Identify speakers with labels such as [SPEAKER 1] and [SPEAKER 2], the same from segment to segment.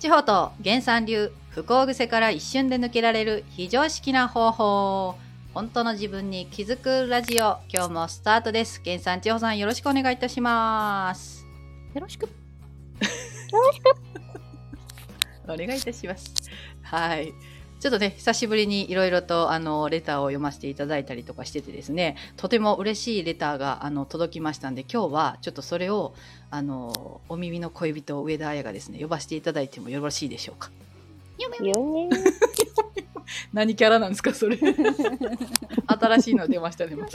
[SPEAKER 1] 地方と原産流不幸癖から一瞬で抜けられる非常識な方法本当の自分に気づくラジオ今日もスタートです原産地方さんよろしくお願いいたします
[SPEAKER 2] よろしく。
[SPEAKER 1] お願いいたしますはいちょっとね久しぶりにいろいろとあのレターを読ませていただいたりとかしててですねとても嬉しいレターがあの届きましたんで今日はちょっとそれをあのお耳の恋人上田彩がですね呼ばせていただいてもよろしいでしょうか
[SPEAKER 2] よね。
[SPEAKER 1] 何キャラなんですかそれ新しいの出ましたねまた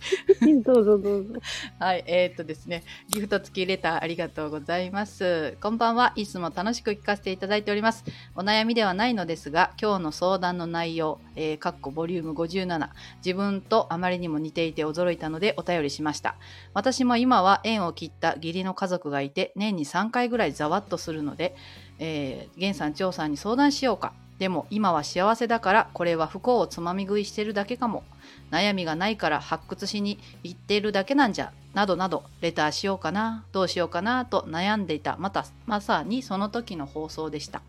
[SPEAKER 2] どうぞどうぞ。
[SPEAKER 1] はいえー、っとですねギフト付きレターありがとうございますこんばんはいつも楽しく聞かせていただいておりますお悩みではないのですが今日の相談の内容えー、かっこボリューム57自分とあまりにも似ていて驚いたのでお便りしました私も今は縁を切った義理の家族がいて年に3回ぐらいざわっとするので、えー、源さん長さんに相談しようかでも今は幸せだからこれは不幸をつまみ食いしてるだけかも悩みがないから発掘しに行っているだけなんじゃなどなどレターしようかなどうしようかなと悩んでいたまたまさにその時の放送でした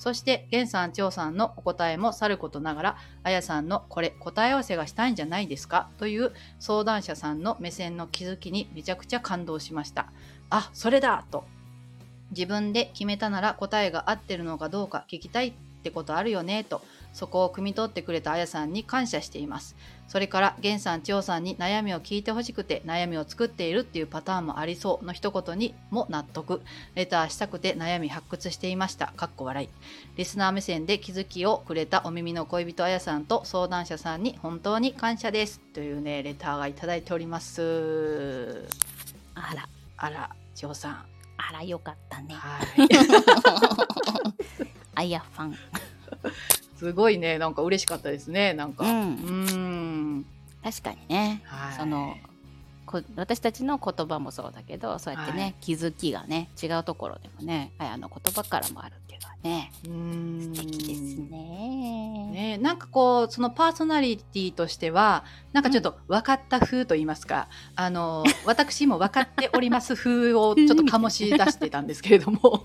[SPEAKER 1] そして源さん長さんのお答えもさることながらあやさんのこれ答え合わせがしたいんじゃないですかという相談者さんの目線の気づきにめちゃくちゃ感動しましたあそれだと自分で決めたなら答えが合ってるのかどうか聞きたいってことあるよねとそこを汲み取ってくれたあやさんに感謝していますそれから源さん千代さんに悩みを聞いてほしくて悩みを作っているっていうパターンもありそうの一言にも納得レターしたくて悩み発掘していましたかっこ笑いリスナー目線で気づきをくれたお耳の恋人あやさんと相談者さんに本当に感謝ですというねレターがいただいております
[SPEAKER 2] あら、
[SPEAKER 1] あら千代さん
[SPEAKER 2] あらよかったね。
[SPEAKER 1] はい
[SPEAKER 2] あやファン。
[SPEAKER 1] すごいねなんか嬉しかったですねなんか
[SPEAKER 2] う
[SPEAKER 1] うんーん
[SPEAKER 2] 確かにね。
[SPEAKER 1] はい
[SPEAKER 2] そのこ私たちの言葉もそうだけど、そうやってね、
[SPEAKER 1] はい
[SPEAKER 2] 気づきがね、違うところでもね、あやの言葉からもあるっていうのはね、
[SPEAKER 1] うーん
[SPEAKER 2] 素敵ですね。
[SPEAKER 1] ね、なんかこうそのパーソナリティとしてはなんかちょっと分かった風と言いますか、あの私も分かっております風をちょっと醸し出してたんですけれども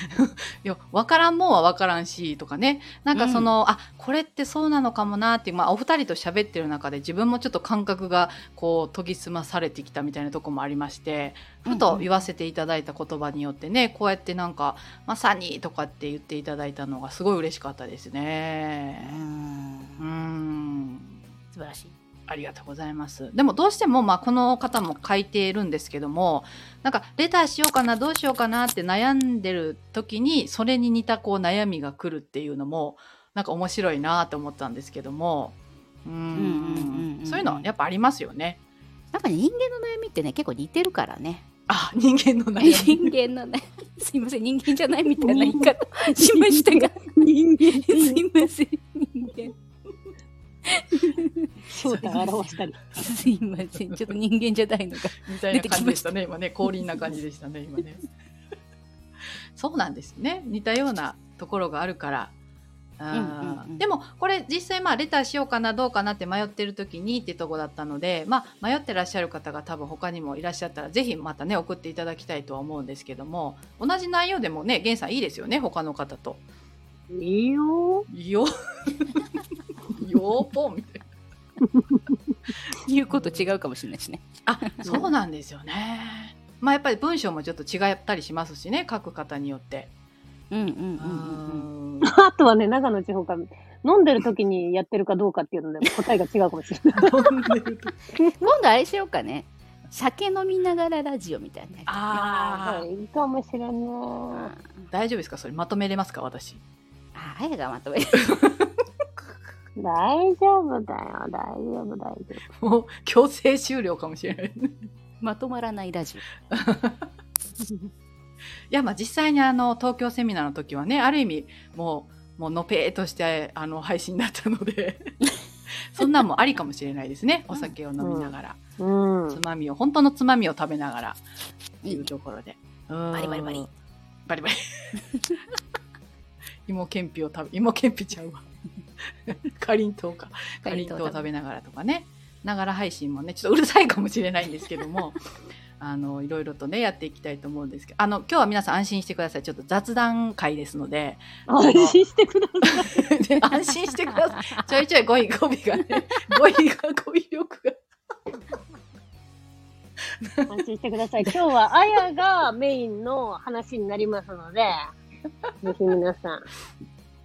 [SPEAKER 1] いや分からんもんは分からんしとかねなんかその、あこれってそうなのかもなっていう、まあ、お二人と喋ってる中で自分もちょっと感覚がこう研ぎ澄まされてきたみたいなとこもありましてふ
[SPEAKER 2] うん
[SPEAKER 1] と
[SPEAKER 2] うん
[SPEAKER 1] 言わせていただいた言葉によってねこうやってなんか「まさに」とかって言っていただいたのがすごい嬉しかったですね。
[SPEAKER 2] うん
[SPEAKER 1] うーん
[SPEAKER 2] 素晴らしい。
[SPEAKER 1] ありがとうございます。でもどうしてもまあこの方も書いているんですけども、なんかレターしようかなどうしようかなって悩んでる時にそれに似たこう悩みが来るっていうのもなんか面白いなと思ったんですけども、うー
[SPEAKER 2] うんうんうんうんん
[SPEAKER 1] そういうのはやっぱありますよね。
[SPEAKER 2] なんかね、人間の悩みってね、結構似てるからね。
[SPEAKER 1] あ、人間の悩み。
[SPEAKER 2] 人間のね、 すいません、人間じゃないみたいな言い方しましたが、
[SPEAKER 3] 人間
[SPEAKER 2] すいません、人間。
[SPEAKER 3] 正体を表したり。
[SPEAKER 2] すいません、ちょっと人間じゃないのが。
[SPEAKER 1] みたいな感じでしたね、今ね、降臨な感じでしたね、今ね。 そうなんですね、似たようなところがあるから。あー
[SPEAKER 2] うんうんうん
[SPEAKER 1] でもこれ実際まあレターしようかなどうかなって迷ってる時にってとこだったので、まあ、迷ってらっしゃる方が多分他にもいらっしゃったらぜひまたね送っていただきたいとは思うんですけども同じ内容でもね源さんいいですよね他の方と。
[SPEAKER 3] いいよ。
[SPEAKER 1] よよーぽんみたいな。
[SPEAKER 2] 言うこと違うかもしれないしね。
[SPEAKER 1] あそうなんですよね。まあやっぱり文章もちょっと違ったりしますしね書く方によって。
[SPEAKER 2] うんうんうんうん
[SPEAKER 1] うん
[SPEAKER 3] あとはね、長野地方から飲んでる時にやってるかどうかっていうのでも答えが違うかもしれない。
[SPEAKER 2] うん。今度あれしようかね。酒飲みながらラジオみたいなやつ。
[SPEAKER 1] あー
[SPEAKER 3] いいかもしれない。
[SPEAKER 2] あ
[SPEAKER 1] 大丈夫ですかそれまとめれますか私
[SPEAKER 2] あ、あやがまとめる。
[SPEAKER 3] 大丈夫だよ、大丈夫、大丈
[SPEAKER 1] もう強制終了かもしれないい
[SPEAKER 2] まとまらないラジ
[SPEAKER 1] やまあ実際にあの東京セミナーの時はねある意味もうもうのぺーっとしてあの配信だったの でそんなんもありかもしれないですねお酒を飲みながら、
[SPEAKER 3] 夫。うん。
[SPEAKER 1] つまみを本当のつまみを食べながらって
[SPEAKER 2] オ。い
[SPEAKER 1] いう
[SPEAKER 2] い
[SPEAKER 1] ところでバ
[SPEAKER 2] バリバリバリ
[SPEAKER 1] バリ バリ芋けんぴを食べ芋けんぴちゃうわかりんとうか かりんとうを食べながらとかねながら配信もねちょっとうるさいかもしれないんですけどもあのいろいろとねやっていきたいと思うんですけどあの今日は皆さん安心してくださいちょっと雑談会ですの で
[SPEAKER 3] 安心してください。
[SPEAKER 1] で安心してくださいちょいちょい語彙語尾がね語彙が語彙力が
[SPEAKER 3] 安心してください。今日はあやがメインの話になりますので、ぜひ皆さん、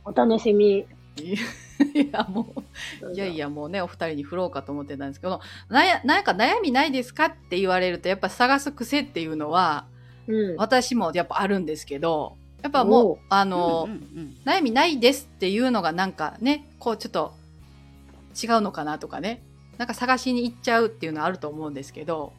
[SPEAKER 3] お楽しみ。
[SPEAKER 1] いやもういやいやもうねお二人に振ろうかと思ってたんですけどなやなんか悩みないですかって言われるとやっぱ探す癖っていうのは
[SPEAKER 3] うん。
[SPEAKER 1] 私もやっぱあるんですけどやっぱもう
[SPEAKER 3] おう
[SPEAKER 1] あの、
[SPEAKER 2] うんうん
[SPEAKER 1] 悩みないですっていうのがなんかねこうちょっと違うのかなとかねなんか探しに行っちゃうっていうのはあると思うんですけど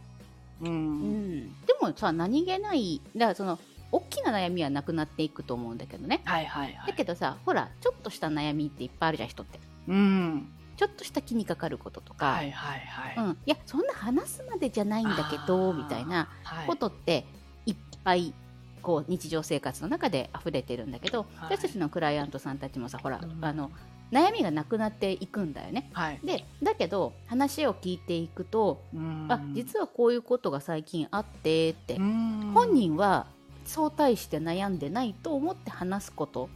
[SPEAKER 1] う
[SPEAKER 2] うん
[SPEAKER 1] ん
[SPEAKER 2] でもさ何気ないだからその大きな悩みはなくなっていくと思うんだけどね
[SPEAKER 1] はいはいは
[SPEAKER 2] だ
[SPEAKER 1] い
[SPEAKER 2] けどさほらちょっとした悩みっていっぱいあるじゃん人って
[SPEAKER 1] うん
[SPEAKER 2] ちょっとした気にかかることとか、
[SPEAKER 1] はいはいはい、
[SPEAKER 2] うん、いやそんな話すまでじゃないんだけ
[SPEAKER 1] あ
[SPEAKER 2] ど
[SPEAKER 1] ー
[SPEAKER 2] みたいな
[SPEAKER 1] はい
[SPEAKER 2] ことっていっぱいこう日常生活の中で溢れてるんだけど、
[SPEAKER 1] はい
[SPEAKER 2] 私たちのクライアントさんたちもさほら、
[SPEAKER 1] うん
[SPEAKER 2] あの悩みがなくなっていくんだよね。
[SPEAKER 1] はい、
[SPEAKER 2] でだけど話を聞いていくと、
[SPEAKER 1] うん
[SPEAKER 2] あ実はこういうことが最近あってって、
[SPEAKER 1] うん
[SPEAKER 2] 本人は相対して悩んでないと思って話すこと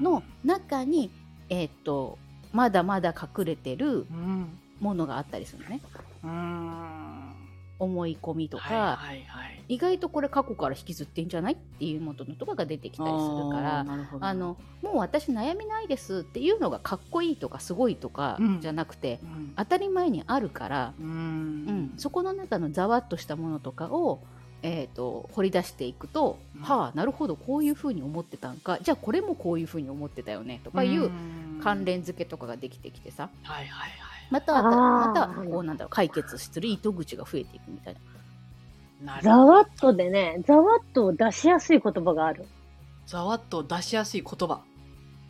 [SPEAKER 2] の中に、えーっとまだまだ隠れてる
[SPEAKER 1] うん
[SPEAKER 2] ものがあったりするのね
[SPEAKER 1] うん
[SPEAKER 2] 思い込みとか、
[SPEAKER 1] はいはいはい、
[SPEAKER 2] 意外とこれ過去から引きずってんじゃないっていうものとかが出てきたりするから
[SPEAKER 1] あーなるほど
[SPEAKER 2] あのもう私悩みないですっていうのがかっこいいとかすごいとか
[SPEAKER 1] うん
[SPEAKER 2] じゃなくて、
[SPEAKER 1] うん
[SPEAKER 2] 当たり前にあるから、
[SPEAKER 1] うん
[SPEAKER 2] うんそこの中のざわっとしたものとかを、えー、と掘り出していくと、
[SPEAKER 1] うん
[SPEAKER 2] はあなるほどこういうふうに思ってたんかじゃあこれもこういうふうに思ってたよねとかいう関連付けとかができてきてさ
[SPEAKER 1] はいはいはい
[SPEAKER 2] または
[SPEAKER 3] あー
[SPEAKER 2] またこうなんだろう解決する糸口が増えていくみたいな。
[SPEAKER 1] なる
[SPEAKER 3] ざわっとでね、ざわっとを出しやすい言葉がある。
[SPEAKER 1] ざわっと出しやすい言葉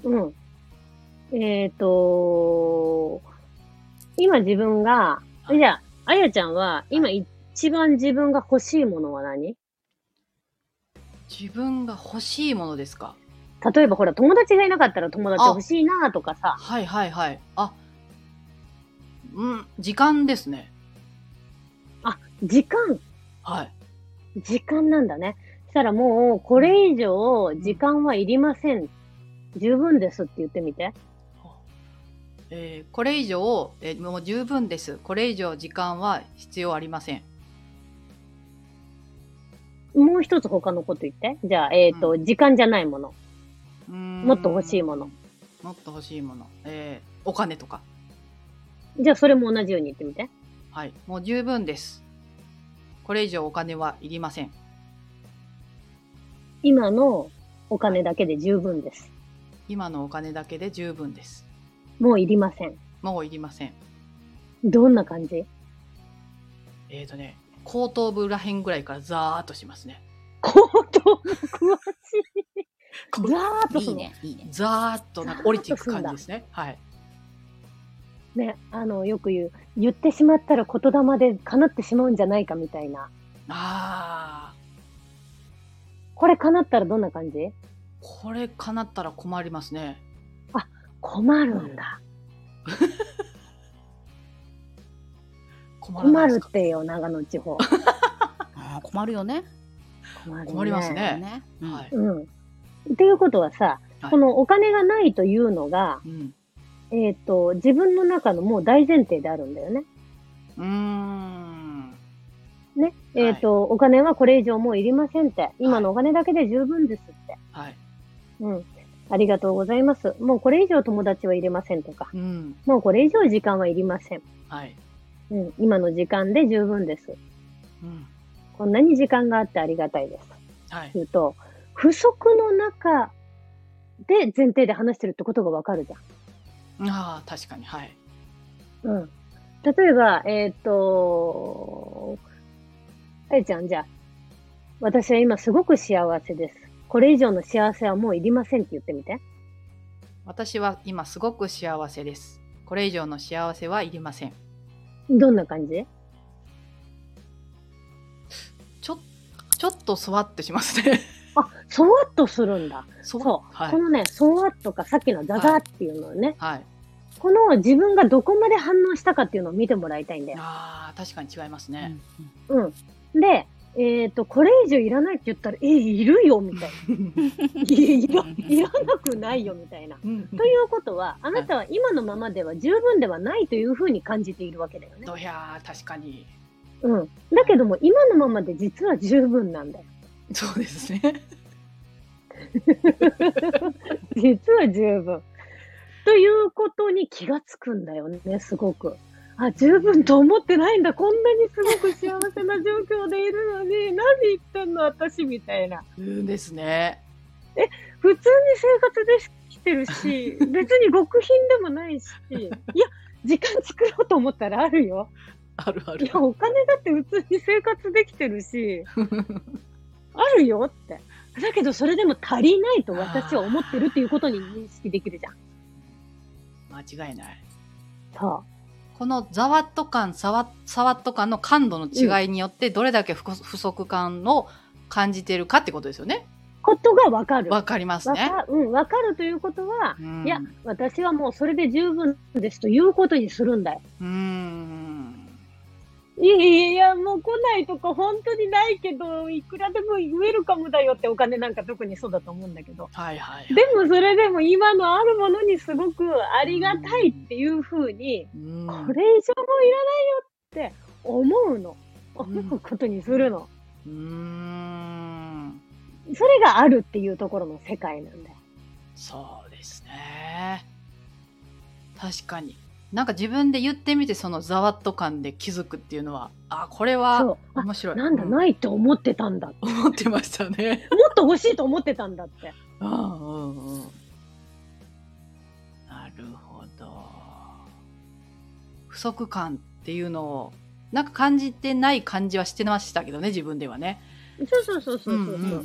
[SPEAKER 3] うん。えっ、と今自分が、
[SPEAKER 1] はい
[SPEAKER 3] じゃあ、あやちゃんは、今一番自分が欲しいものは何
[SPEAKER 1] 自分が欲しいものですか
[SPEAKER 3] 例えばほら、友達がいなかったら友達欲しいなとかさ、
[SPEAKER 1] はいはいはいあうん時間ですね
[SPEAKER 3] 時間、
[SPEAKER 1] はい
[SPEAKER 3] 時間なんだね。したらもう、これ以上、時間はいりません。十分ですって言ってみて。
[SPEAKER 1] えーこれ以上、えーもう十分ですこれ以上時間は必要ありません
[SPEAKER 3] もう一つ他のこと言って。じゃあ、えっ、と、
[SPEAKER 1] う
[SPEAKER 3] 時間じゃないもの。
[SPEAKER 1] も
[SPEAKER 3] もっと欲しいもの
[SPEAKER 1] もっと欲しいもの、えーお金とか
[SPEAKER 3] じゃあ、それも同じように言ってみて。
[SPEAKER 1] はいもう十分ですこれ以上お金はいりません
[SPEAKER 3] 今のお金だけで十分です。
[SPEAKER 1] 今のお金だけで十分です
[SPEAKER 3] もういりません。
[SPEAKER 1] もういりません
[SPEAKER 3] どんな感じ
[SPEAKER 1] えーとね後頭部らへんぐらいからザーっとしますね
[SPEAKER 3] 後頭部詳しい。
[SPEAKER 1] こ
[SPEAKER 3] ざーっとする
[SPEAKER 2] いい。ねいいね
[SPEAKER 1] ザーっとなんか降りていく感じですねはい
[SPEAKER 3] ね、あの、よく言う、言ってしまったら言霊で叶ってしまうんじゃないかみたいな。
[SPEAKER 1] あー
[SPEAKER 3] これ叶ったらどんな感じ
[SPEAKER 1] これ叶ったら困りますね
[SPEAKER 3] 困るんだ。
[SPEAKER 1] 困らな
[SPEAKER 3] 困
[SPEAKER 1] いで
[SPEAKER 3] る
[SPEAKER 1] す
[SPEAKER 3] っ
[SPEAKER 1] か
[SPEAKER 3] てよ、長野地方。
[SPEAKER 2] あー困るよね。
[SPEAKER 3] 困るね
[SPEAKER 1] 困りますね
[SPEAKER 2] ね
[SPEAKER 1] はい
[SPEAKER 3] うん。っていうことはさ、
[SPEAKER 1] はい
[SPEAKER 3] このお金がないというのが、
[SPEAKER 1] うん
[SPEAKER 3] えっ、と、自分の中のもう大前提であるんだよね。
[SPEAKER 1] うーん
[SPEAKER 3] ね。えっ、と、お金はこれ以上もういりませんって。今のお金だけで十分ですって。
[SPEAKER 1] はい
[SPEAKER 3] うん。ありがとうございます。もうこれ以上友達はいりませんとか、
[SPEAKER 1] うん
[SPEAKER 3] もうこれ以上時間はいりません。
[SPEAKER 1] はい
[SPEAKER 3] うん。今の時間で十分です。
[SPEAKER 1] うん
[SPEAKER 3] こんなに時間があってありがたいです。
[SPEAKER 1] はい
[SPEAKER 3] 言うと、不足の中で前提で話してるってことがわかるじゃん。
[SPEAKER 1] ああ確かにはい
[SPEAKER 3] うん。例えば、えーっ、と、あやちゃん、じゃあ、私は今すごく幸せです。これ以上の幸せはもういりませんって言ってみて。
[SPEAKER 1] 私は今すごく幸せです。これ以上の幸せはいりません。
[SPEAKER 3] どんな感じ
[SPEAKER 1] ちょちょっとそわってしますね。
[SPEAKER 3] あ、そわっとするんだ。
[SPEAKER 1] そ
[SPEAKER 3] そう。
[SPEAKER 1] はい
[SPEAKER 3] こ。のね、そわっとかさっきのザザっていうのをね、
[SPEAKER 1] はい。
[SPEAKER 3] この自分がどこまで反応したかっていうのを見てもらいたいんだよ。
[SPEAKER 1] ああ、確かに違います
[SPEAKER 2] うん
[SPEAKER 1] ね。
[SPEAKER 3] うん。で、えっ、と、これ以上いらないって言ったら、え、いるよ、みたいな。 いやいら、いらなくないよ、みたいな。ということは、あなたは今のままでは十分ではないというふうに感じているわけだよね。
[SPEAKER 1] どやー確かに
[SPEAKER 3] うん。だけども、今のままで実は十分なんだよ。
[SPEAKER 1] そうですね
[SPEAKER 3] 実は十分。ということに気がつくんだよね、すごく。あ、十分と思ってないんだ。こんなにすごく幸せな状況でいるのに、何言ってんの、私、みたいな。
[SPEAKER 1] うんですね
[SPEAKER 3] 普通に生活できてるし、別に極貧でもないし、いや、時間作ろうと思ったらあるよ。
[SPEAKER 1] あるあ
[SPEAKER 3] い
[SPEAKER 1] る
[SPEAKER 3] や、お金だって普通に生活できてるし、あるよって。だけど、それでも足りないと私は思ってるっていうことに認識できるじゃん。
[SPEAKER 1] 間違いない
[SPEAKER 3] そ
[SPEAKER 1] このざわっと感さわさわっと感の感度の違いによってどれだけ不こ不足感を感じてるかってことですよね
[SPEAKER 3] う。ことがわかる。
[SPEAKER 1] わかります
[SPEAKER 3] わ
[SPEAKER 1] ね
[SPEAKER 3] かうん、わかるということは、
[SPEAKER 1] うん
[SPEAKER 3] いや、私はもうそれで十分ですということにするんだよ。
[SPEAKER 1] うん
[SPEAKER 3] いやいやいや、もう来ないとか本当にないけど、いくらでもウェルカムだよってお金なんか特にそうだと思うんだけど。
[SPEAKER 1] はいはいはい
[SPEAKER 3] でもそれでも今のあるものにすごくありがたいっていうふうに、
[SPEAKER 1] うん
[SPEAKER 3] これ以上もいらないよって思うの。
[SPEAKER 1] うん
[SPEAKER 3] 思うことにするの。
[SPEAKER 1] うん
[SPEAKER 3] それがあるっていうところの世界なんだよ。
[SPEAKER 1] そうですね確かになんか自分で言ってみてそのざわっと感で気づくっていうのはあこれは
[SPEAKER 3] そう。あ、
[SPEAKER 1] 面白い
[SPEAKER 3] なんだ、
[SPEAKER 1] う
[SPEAKER 3] ないと思ってたんだ。も
[SPEAKER 1] 思ってましたね
[SPEAKER 3] っと欲しいと思ってたんだって。
[SPEAKER 1] うんうんうんなるほど不足感っていうのをなんか感じてない感じはしてましたけどね自分ではね
[SPEAKER 3] そうそうそうそうそう。
[SPEAKER 1] う
[SPEAKER 3] うんん
[SPEAKER 1] うん
[SPEAKER 3] う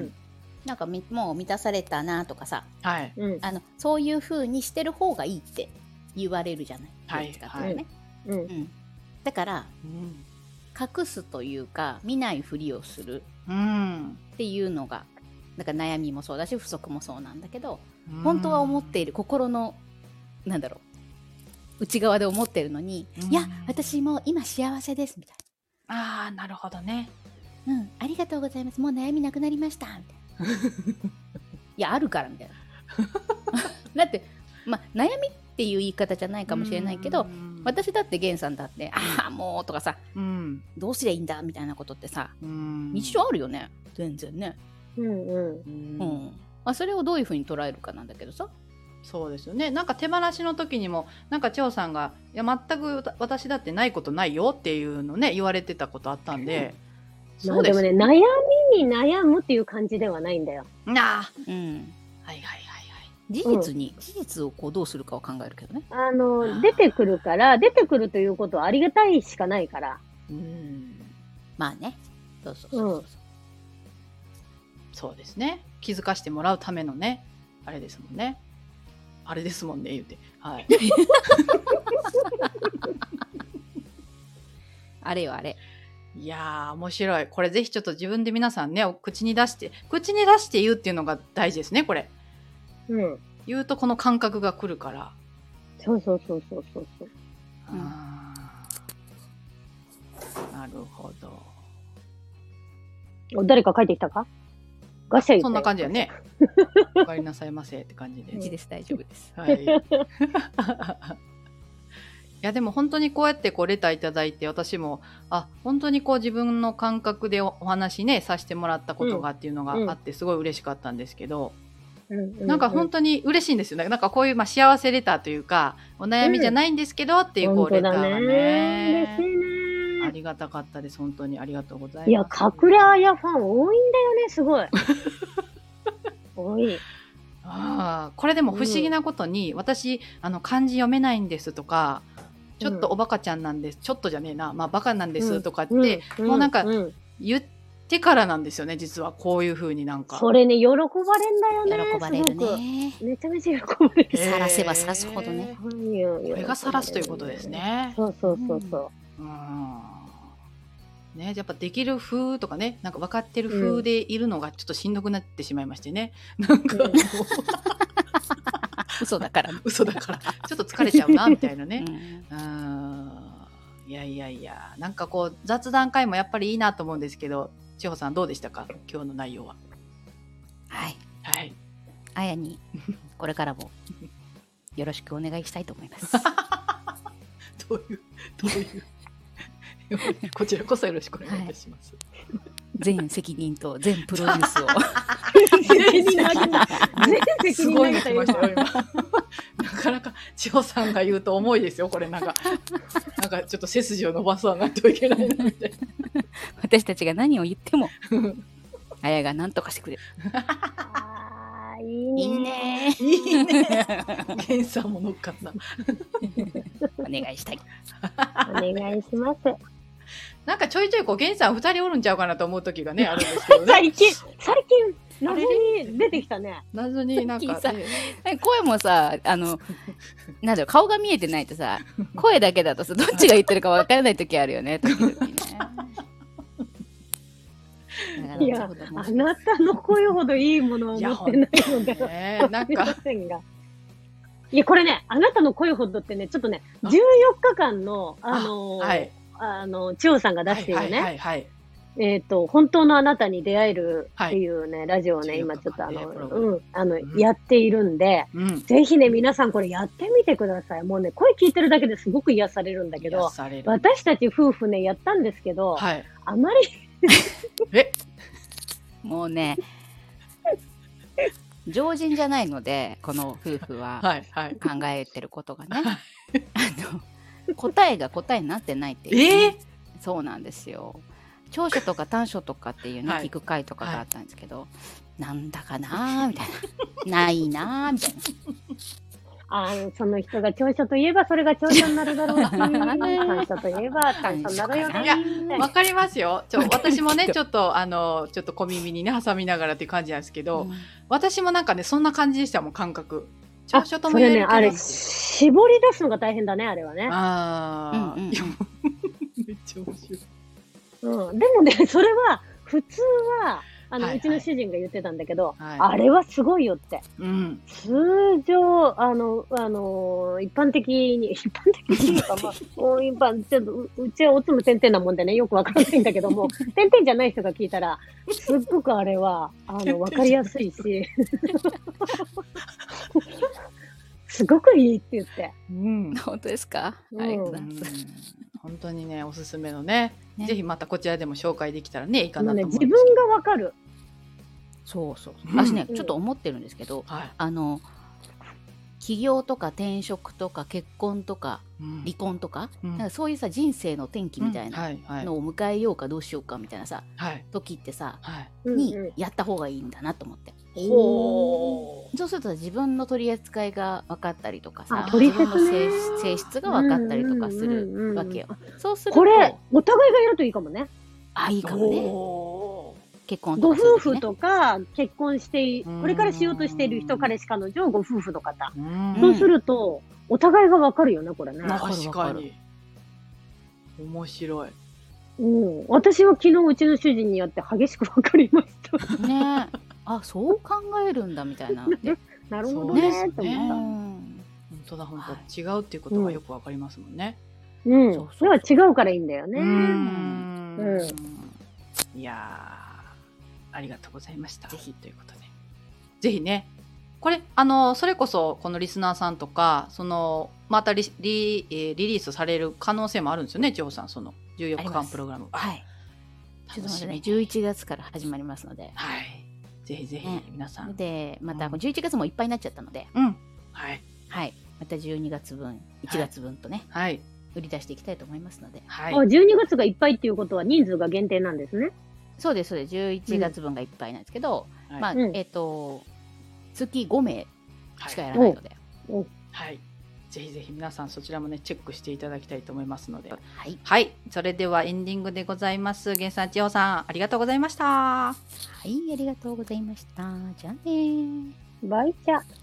[SPEAKER 3] ん
[SPEAKER 2] なんかみもう満たされたなとかさ
[SPEAKER 1] はい
[SPEAKER 3] うん
[SPEAKER 2] あのそういう風にしてる方がいいって言われるじゃない、
[SPEAKER 1] はい
[SPEAKER 2] どっちかっていうとね
[SPEAKER 3] うん
[SPEAKER 2] うん、だから
[SPEAKER 1] うん、
[SPEAKER 2] 隠すというか見ないふりをする
[SPEAKER 1] うん
[SPEAKER 2] っていうのがなんか悩みもそうだし不足もそうなんだけど本当は思っている心のなんだろう内側で思ってるのに、
[SPEAKER 1] うん
[SPEAKER 2] いや私もう今幸せですみたい
[SPEAKER 1] ああなるほどね
[SPEAKER 2] な、うん、ありがとうございますもう悩みなくなりましたみたいないやあるからみたいな だって、まあ、悩みっていう言い方じゃないかもしれないけど、
[SPEAKER 1] うん
[SPEAKER 2] 私だって源さんだってああもうとかさ
[SPEAKER 1] うん
[SPEAKER 2] どうすりゃいいんだみたいなことってさ
[SPEAKER 1] うん
[SPEAKER 2] 日常あるよね全然ね、
[SPEAKER 3] うんうん。
[SPEAKER 1] うん
[SPEAKER 2] うんまあ、それをどういうふうに捉えるかなんだけどさ
[SPEAKER 1] そうですよねなんか手放しの時にもなんか張さんが「いや全く私だってないことないよ」っていうのね言われてたことあったんで、
[SPEAKER 3] ま
[SPEAKER 1] そ
[SPEAKER 3] あ
[SPEAKER 1] う
[SPEAKER 3] で
[SPEAKER 1] です
[SPEAKER 3] もね、悩みに悩むっていう感じではないんだよ。
[SPEAKER 1] なあ
[SPEAKER 2] うん、
[SPEAKER 1] はいはいはいはい
[SPEAKER 2] 事実に、事実をこうどうするかを考えるけどね
[SPEAKER 3] あ
[SPEAKER 1] あー
[SPEAKER 3] の、出てくるから、出てくるということはありがたいしかないから。
[SPEAKER 1] うん
[SPEAKER 2] まあねそうそうそうそう
[SPEAKER 1] そうですね気づかしてもらうためのねあれですもんねあれですもんね言うて はい
[SPEAKER 2] あれよあれ
[SPEAKER 1] いやー面白いこれぜひちょっと自分で皆さんねお口に出して口に出して言うっていうのが大事ですねこれ
[SPEAKER 3] うん。
[SPEAKER 1] 言うとこの感覚が来るから
[SPEAKER 3] そうそうそうそうそうそう。
[SPEAKER 2] うん
[SPEAKER 1] あーなるほど
[SPEAKER 3] お誰か書いてきたかガシャ言った
[SPEAKER 1] そんな感じだ。ねおかえりなさいませって感じで
[SPEAKER 2] うちです大丈夫です
[SPEAKER 1] はい いやでも本当にこうやってこうレターいただいて私もあ本当にこう自分の感覚でおお話ねさせてもらったことがっていうのがあってすごい嬉しかったんですけど、
[SPEAKER 3] うう
[SPEAKER 1] なんか本当に嬉しいんですよね。なんかこういう、まあ、幸せレターというか、お悩みじゃないんですけどっていう、こ
[SPEAKER 3] 本
[SPEAKER 1] う、レ
[SPEAKER 3] 当
[SPEAKER 1] ター
[SPEAKER 3] だ
[SPEAKER 1] が
[SPEAKER 3] ね。
[SPEAKER 1] ね。
[SPEAKER 3] 嬉しい
[SPEAKER 1] あ
[SPEAKER 3] ね。
[SPEAKER 1] りがたかったです。本当にありがとうございます。
[SPEAKER 3] いや、隠れあやファン多いんだよね、す ごい。多い。
[SPEAKER 1] ああこれでも不思議なことに、私、あの、漢字読めないんですとか、ちょっとおバカちゃんなんです。ちょっとじゃねえな。まあ、バカなんですとかって、もうなんか
[SPEAKER 3] ん
[SPEAKER 1] 言ってからなんですよね。実はこういうふうになんか。
[SPEAKER 3] それね、喜ばれんだよね。
[SPEAKER 2] 喜ばれる
[SPEAKER 3] すごく
[SPEAKER 2] ね
[SPEAKER 3] めちゃめちゃ喜ばれる。
[SPEAKER 1] へー
[SPEAKER 2] 晒せば晒すほどね。
[SPEAKER 1] こ
[SPEAKER 3] こ
[SPEAKER 1] れがさらすということです。ね。
[SPEAKER 3] そうそうそうそう。
[SPEAKER 1] うんね、やっぱできる風とかねなんか分かってる風でいるのがちょっとしんどくなってしまいましてね、なんかもう
[SPEAKER 3] うん
[SPEAKER 2] 嘘だから、
[SPEAKER 1] 嘘だからちょっと疲れちゃうなみたいな
[SPEAKER 2] う
[SPEAKER 1] ね、
[SPEAKER 2] ん
[SPEAKER 1] うん、いいやいやいや、なんかこう、雑談会もやっぱりいいなと思うんですけど、千穂さんどうでしたか今日の内容は。
[SPEAKER 2] はい。
[SPEAKER 1] はい。
[SPEAKER 2] あやに、これからも、よろしくお願いしたいと思い ます。は
[SPEAKER 1] どういう、どういう。 こちらこそよろしくお願いいたします。
[SPEAKER 2] 全責任と全プロデュースを。
[SPEAKER 3] 全責任投げた。全
[SPEAKER 1] す
[SPEAKER 3] 責任
[SPEAKER 1] ごいの
[SPEAKER 3] 投げた
[SPEAKER 1] 来ま
[SPEAKER 3] 今
[SPEAKER 1] したよ、今。 なかなか千穂さんが言うと重いですよ、これなんか。なんかちょっと背筋を伸ばさないといけないなみたいな。
[SPEAKER 2] 私たちが何を言っても、あやが何とかしてくれる。
[SPEAKER 3] あーいいね
[SPEAKER 2] いいね。
[SPEAKER 1] いいね。源さんも乗っかった。
[SPEAKER 2] お願いしたい。
[SPEAKER 3] お願いします。
[SPEAKER 1] なんかちょいちょいこう源さん二人おるんちゃうかなと思う時がね、あるんですけどね。
[SPEAKER 3] 最近、最近、謎に出てきたね。
[SPEAKER 1] 謎になん
[SPEAKER 2] さ
[SPEAKER 1] か
[SPEAKER 2] っき
[SPEAKER 1] ね、
[SPEAKER 2] 声もさ、あの、なんだろう、顔が見えてないとさ、声だけだとさ、どっちが言ってるか分からない時あるよね、時々ね。
[SPEAKER 3] いやあなたの声ほどいいものを持ってないのでは。
[SPEAKER 1] ねなん
[SPEAKER 3] すいま
[SPEAKER 1] か、
[SPEAKER 3] せんが。いや、これね、あなたの声ほどってね、ちょっとね、
[SPEAKER 1] あ
[SPEAKER 3] 14日間の、あのー、
[SPEAKER 1] はい。
[SPEAKER 3] あの、千代さんが出してい
[SPEAKER 1] は
[SPEAKER 3] るね、
[SPEAKER 1] いはいはい
[SPEAKER 3] えっ、と、本当のあなたに出会える
[SPEAKER 1] は
[SPEAKER 3] っ
[SPEAKER 1] い
[SPEAKER 3] ていうね、ラジオをね、
[SPEAKER 1] 14
[SPEAKER 3] 今ちょっとあ
[SPEAKER 1] ね
[SPEAKER 3] の、
[SPEAKER 1] プログラム
[SPEAKER 3] うん、あの、
[SPEAKER 1] うん
[SPEAKER 3] やっているんで、
[SPEAKER 1] うん。
[SPEAKER 3] ぜひね、皆さんこれやってみてください。もうね、声聞いてるだけですごく癒されるんだけ
[SPEAKER 1] 癒
[SPEAKER 3] ど、
[SPEAKER 1] される
[SPEAKER 3] 私たち夫婦ね、やったんですけど、
[SPEAKER 1] はい。
[SPEAKER 3] あまり、
[SPEAKER 2] もうね、常人じゃないので、この夫婦は
[SPEAKER 1] はいはい。
[SPEAKER 2] 考えてることがね
[SPEAKER 1] は、
[SPEAKER 2] あの答えが答えになってないっていう
[SPEAKER 1] え
[SPEAKER 2] ね、
[SPEAKER 1] え
[SPEAKER 2] そうなんですよ。長所とか短所とかっていうね、
[SPEAKER 1] はい
[SPEAKER 2] 聞く回とかがあったんですけど、なんだかなーみたいな、ないなーみたいな。
[SPEAKER 3] あの、その人が長所といえばそれが長所になるだろうし、 短所といえば短所になるよ
[SPEAKER 1] い
[SPEAKER 3] ね
[SPEAKER 1] や。
[SPEAKER 3] ね
[SPEAKER 1] わかりますよ。ちょ私もね、
[SPEAKER 2] きっと
[SPEAKER 1] ちょっと、あの、ちょっと小耳にね、挟みながらっていう感じなんですけど、
[SPEAKER 2] うん
[SPEAKER 1] 私もなんかね、そんな感じでしたもん、感覚。
[SPEAKER 3] あ
[SPEAKER 1] 長所
[SPEAKER 3] そ
[SPEAKER 1] とも言え
[SPEAKER 3] れね、
[SPEAKER 1] るか
[SPEAKER 3] あ
[SPEAKER 1] な
[SPEAKER 3] れ、
[SPEAKER 1] って
[SPEAKER 3] 絞り出すのが大変だね、あれはね。
[SPEAKER 1] ああ、
[SPEAKER 2] うんうん
[SPEAKER 1] いやもうめっちゃ面白い。
[SPEAKER 3] うん、でもね、それは、普通は、あの、
[SPEAKER 1] はいはいう
[SPEAKER 3] ちの主人が言ってたんだけど、
[SPEAKER 1] はい
[SPEAKER 3] あれはすごいよって。
[SPEAKER 1] うん。
[SPEAKER 3] 通常、あの、あの、一般的に、一般的にとか、まあ、もう一般、ちょっとう、うちはおつむ点々なもんでね、よくわからないんだけども、点々じゃない人が聞いたら、すっごくあれは、あの、わかりやすいし、すごくいいって言って。
[SPEAKER 1] うん。
[SPEAKER 2] 本当ですか、
[SPEAKER 3] うん
[SPEAKER 2] ありがと
[SPEAKER 1] う
[SPEAKER 2] うござい
[SPEAKER 1] ん
[SPEAKER 2] ます。
[SPEAKER 1] 本当にね、おすすめのね
[SPEAKER 2] ね
[SPEAKER 1] ぜひまたこちらでも紹介できたらね、いい
[SPEAKER 3] あ
[SPEAKER 1] かな
[SPEAKER 3] の
[SPEAKER 1] と思う
[SPEAKER 3] ね、
[SPEAKER 1] ん
[SPEAKER 3] 自
[SPEAKER 1] ですけど
[SPEAKER 3] 分がわかる。
[SPEAKER 2] そうそうそう
[SPEAKER 1] うん
[SPEAKER 2] 私ね、
[SPEAKER 3] うん
[SPEAKER 2] ちょっと思ってるんですけど、
[SPEAKER 1] はい。
[SPEAKER 2] あの、起業とか転職とか結婚とか
[SPEAKER 1] うん
[SPEAKER 2] 離婚とか、
[SPEAKER 1] うん
[SPEAKER 2] なんかそういうさ、人生の転機みたい
[SPEAKER 1] うん
[SPEAKER 2] な
[SPEAKER 1] はいはい
[SPEAKER 2] のを迎えようかどうしようかみたいなさ、
[SPEAKER 1] はい
[SPEAKER 2] 時ってさ、
[SPEAKER 1] はい。
[SPEAKER 3] うん
[SPEAKER 2] に
[SPEAKER 3] うん
[SPEAKER 2] やった方がいいんだなと思って。
[SPEAKER 1] ほ
[SPEAKER 2] そうすると自分の取り扱いが分かったりとかさ
[SPEAKER 3] あ、
[SPEAKER 2] 自
[SPEAKER 3] 取
[SPEAKER 2] 分
[SPEAKER 3] 説
[SPEAKER 2] の性質性質が分かったりとかす
[SPEAKER 3] うんうんうんう
[SPEAKER 2] る
[SPEAKER 3] ん
[SPEAKER 2] わけよ。そうすると、
[SPEAKER 3] これ、お互いがやるといいかもね。
[SPEAKER 2] あ、いい
[SPEAKER 1] ー
[SPEAKER 2] かもね。
[SPEAKER 1] お
[SPEAKER 2] 結婚
[SPEAKER 3] ご
[SPEAKER 2] とかする
[SPEAKER 3] 夫
[SPEAKER 2] 時ね
[SPEAKER 3] 婦とか、結婚して、
[SPEAKER 1] うん
[SPEAKER 3] これからしようとしている人、彼氏、彼女、ご夫婦の方。
[SPEAKER 1] ーうん
[SPEAKER 3] そうすると、お互いがわかるよね、これね。
[SPEAKER 2] わかる
[SPEAKER 1] 確かに。面白い。
[SPEAKER 3] うん。私は昨日、うちの主人にやって激しくわかりました。
[SPEAKER 2] ねえあそう考えるんだみたいな。で
[SPEAKER 3] なるほ
[SPEAKER 1] そ
[SPEAKER 3] ど
[SPEAKER 1] うで
[SPEAKER 3] ね
[SPEAKER 1] すね、
[SPEAKER 3] と
[SPEAKER 2] う
[SPEAKER 1] ね
[SPEAKER 3] 思った。
[SPEAKER 2] ん
[SPEAKER 1] 本当だ本
[SPEAKER 2] は
[SPEAKER 1] 当。違うっていうことがよくわかりますもんね。
[SPEAKER 3] うん。
[SPEAKER 2] そうそう
[SPEAKER 3] それは違うからいいんだよね。
[SPEAKER 1] うーん
[SPEAKER 3] う
[SPEAKER 1] いやーありがとうございました。ぜひということで。ぜひね。これ、あの、それこそ、このリスナーさんとか、その、またリリえーリリースされる可能性もあるんですよね、ジョーさん、その14
[SPEAKER 2] あ
[SPEAKER 1] 日
[SPEAKER 2] りま
[SPEAKER 1] 間
[SPEAKER 2] す
[SPEAKER 1] プログラム。
[SPEAKER 2] はい。ちょっ
[SPEAKER 1] 楽
[SPEAKER 2] と待
[SPEAKER 1] し
[SPEAKER 2] って
[SPEAKER 1] み
[SPEAKER 2] ね
[SPEAKER 1] に。
[SPEAKER 2] 11月から始まりますので。
[SPEAKER 1] はい。ぜひぜひ
[SPEAKER 2] ね、
[SPEAKER 1] 皆さん。
[SPEAKER 2] でまた
[SPEAKER 1] うん
[SPEAKER 2] 11月もいっぱいになっちゃったので、
[SPEAKER 1] うん。はい。
[SPEAKER 2] はい。また12月分1月分とね、
[SPEAKER 1] はい。
[SPEAKER 2] 売り出していきたいと思いますので。
[SPEAKER 1] は
[SPEAKER 3] あ
[SPEAKER 1] い。
[SPEAKER 3] 12月がいっぱいっていうことは人数が限定なんですね。
[SPEAKER 2] そうですそうです11月分がいっぱいなんですけど、
[SPEAKER 1] はい
[SPEAKER 2] まあ、
[SPEAKER 3] うん
[SPEAKER 2] えっ、と月5名しか
[SPEAKER 1] はい
[SPEAKER 2] やらないので、
[SPEAKER 1] はい。ぜひぜひ皆さんそちらもね、チェックしていただきたいと思いますので。
[SPEAKER 2] はい、
[SPEAKER 1] はい。それではエンディングでございます。原さん、千穂さん、ありがとうございました。
[SPEAKER 2] はい、ありがとうございました。じゃあねー。
[SPEAKER 3] バイチャ。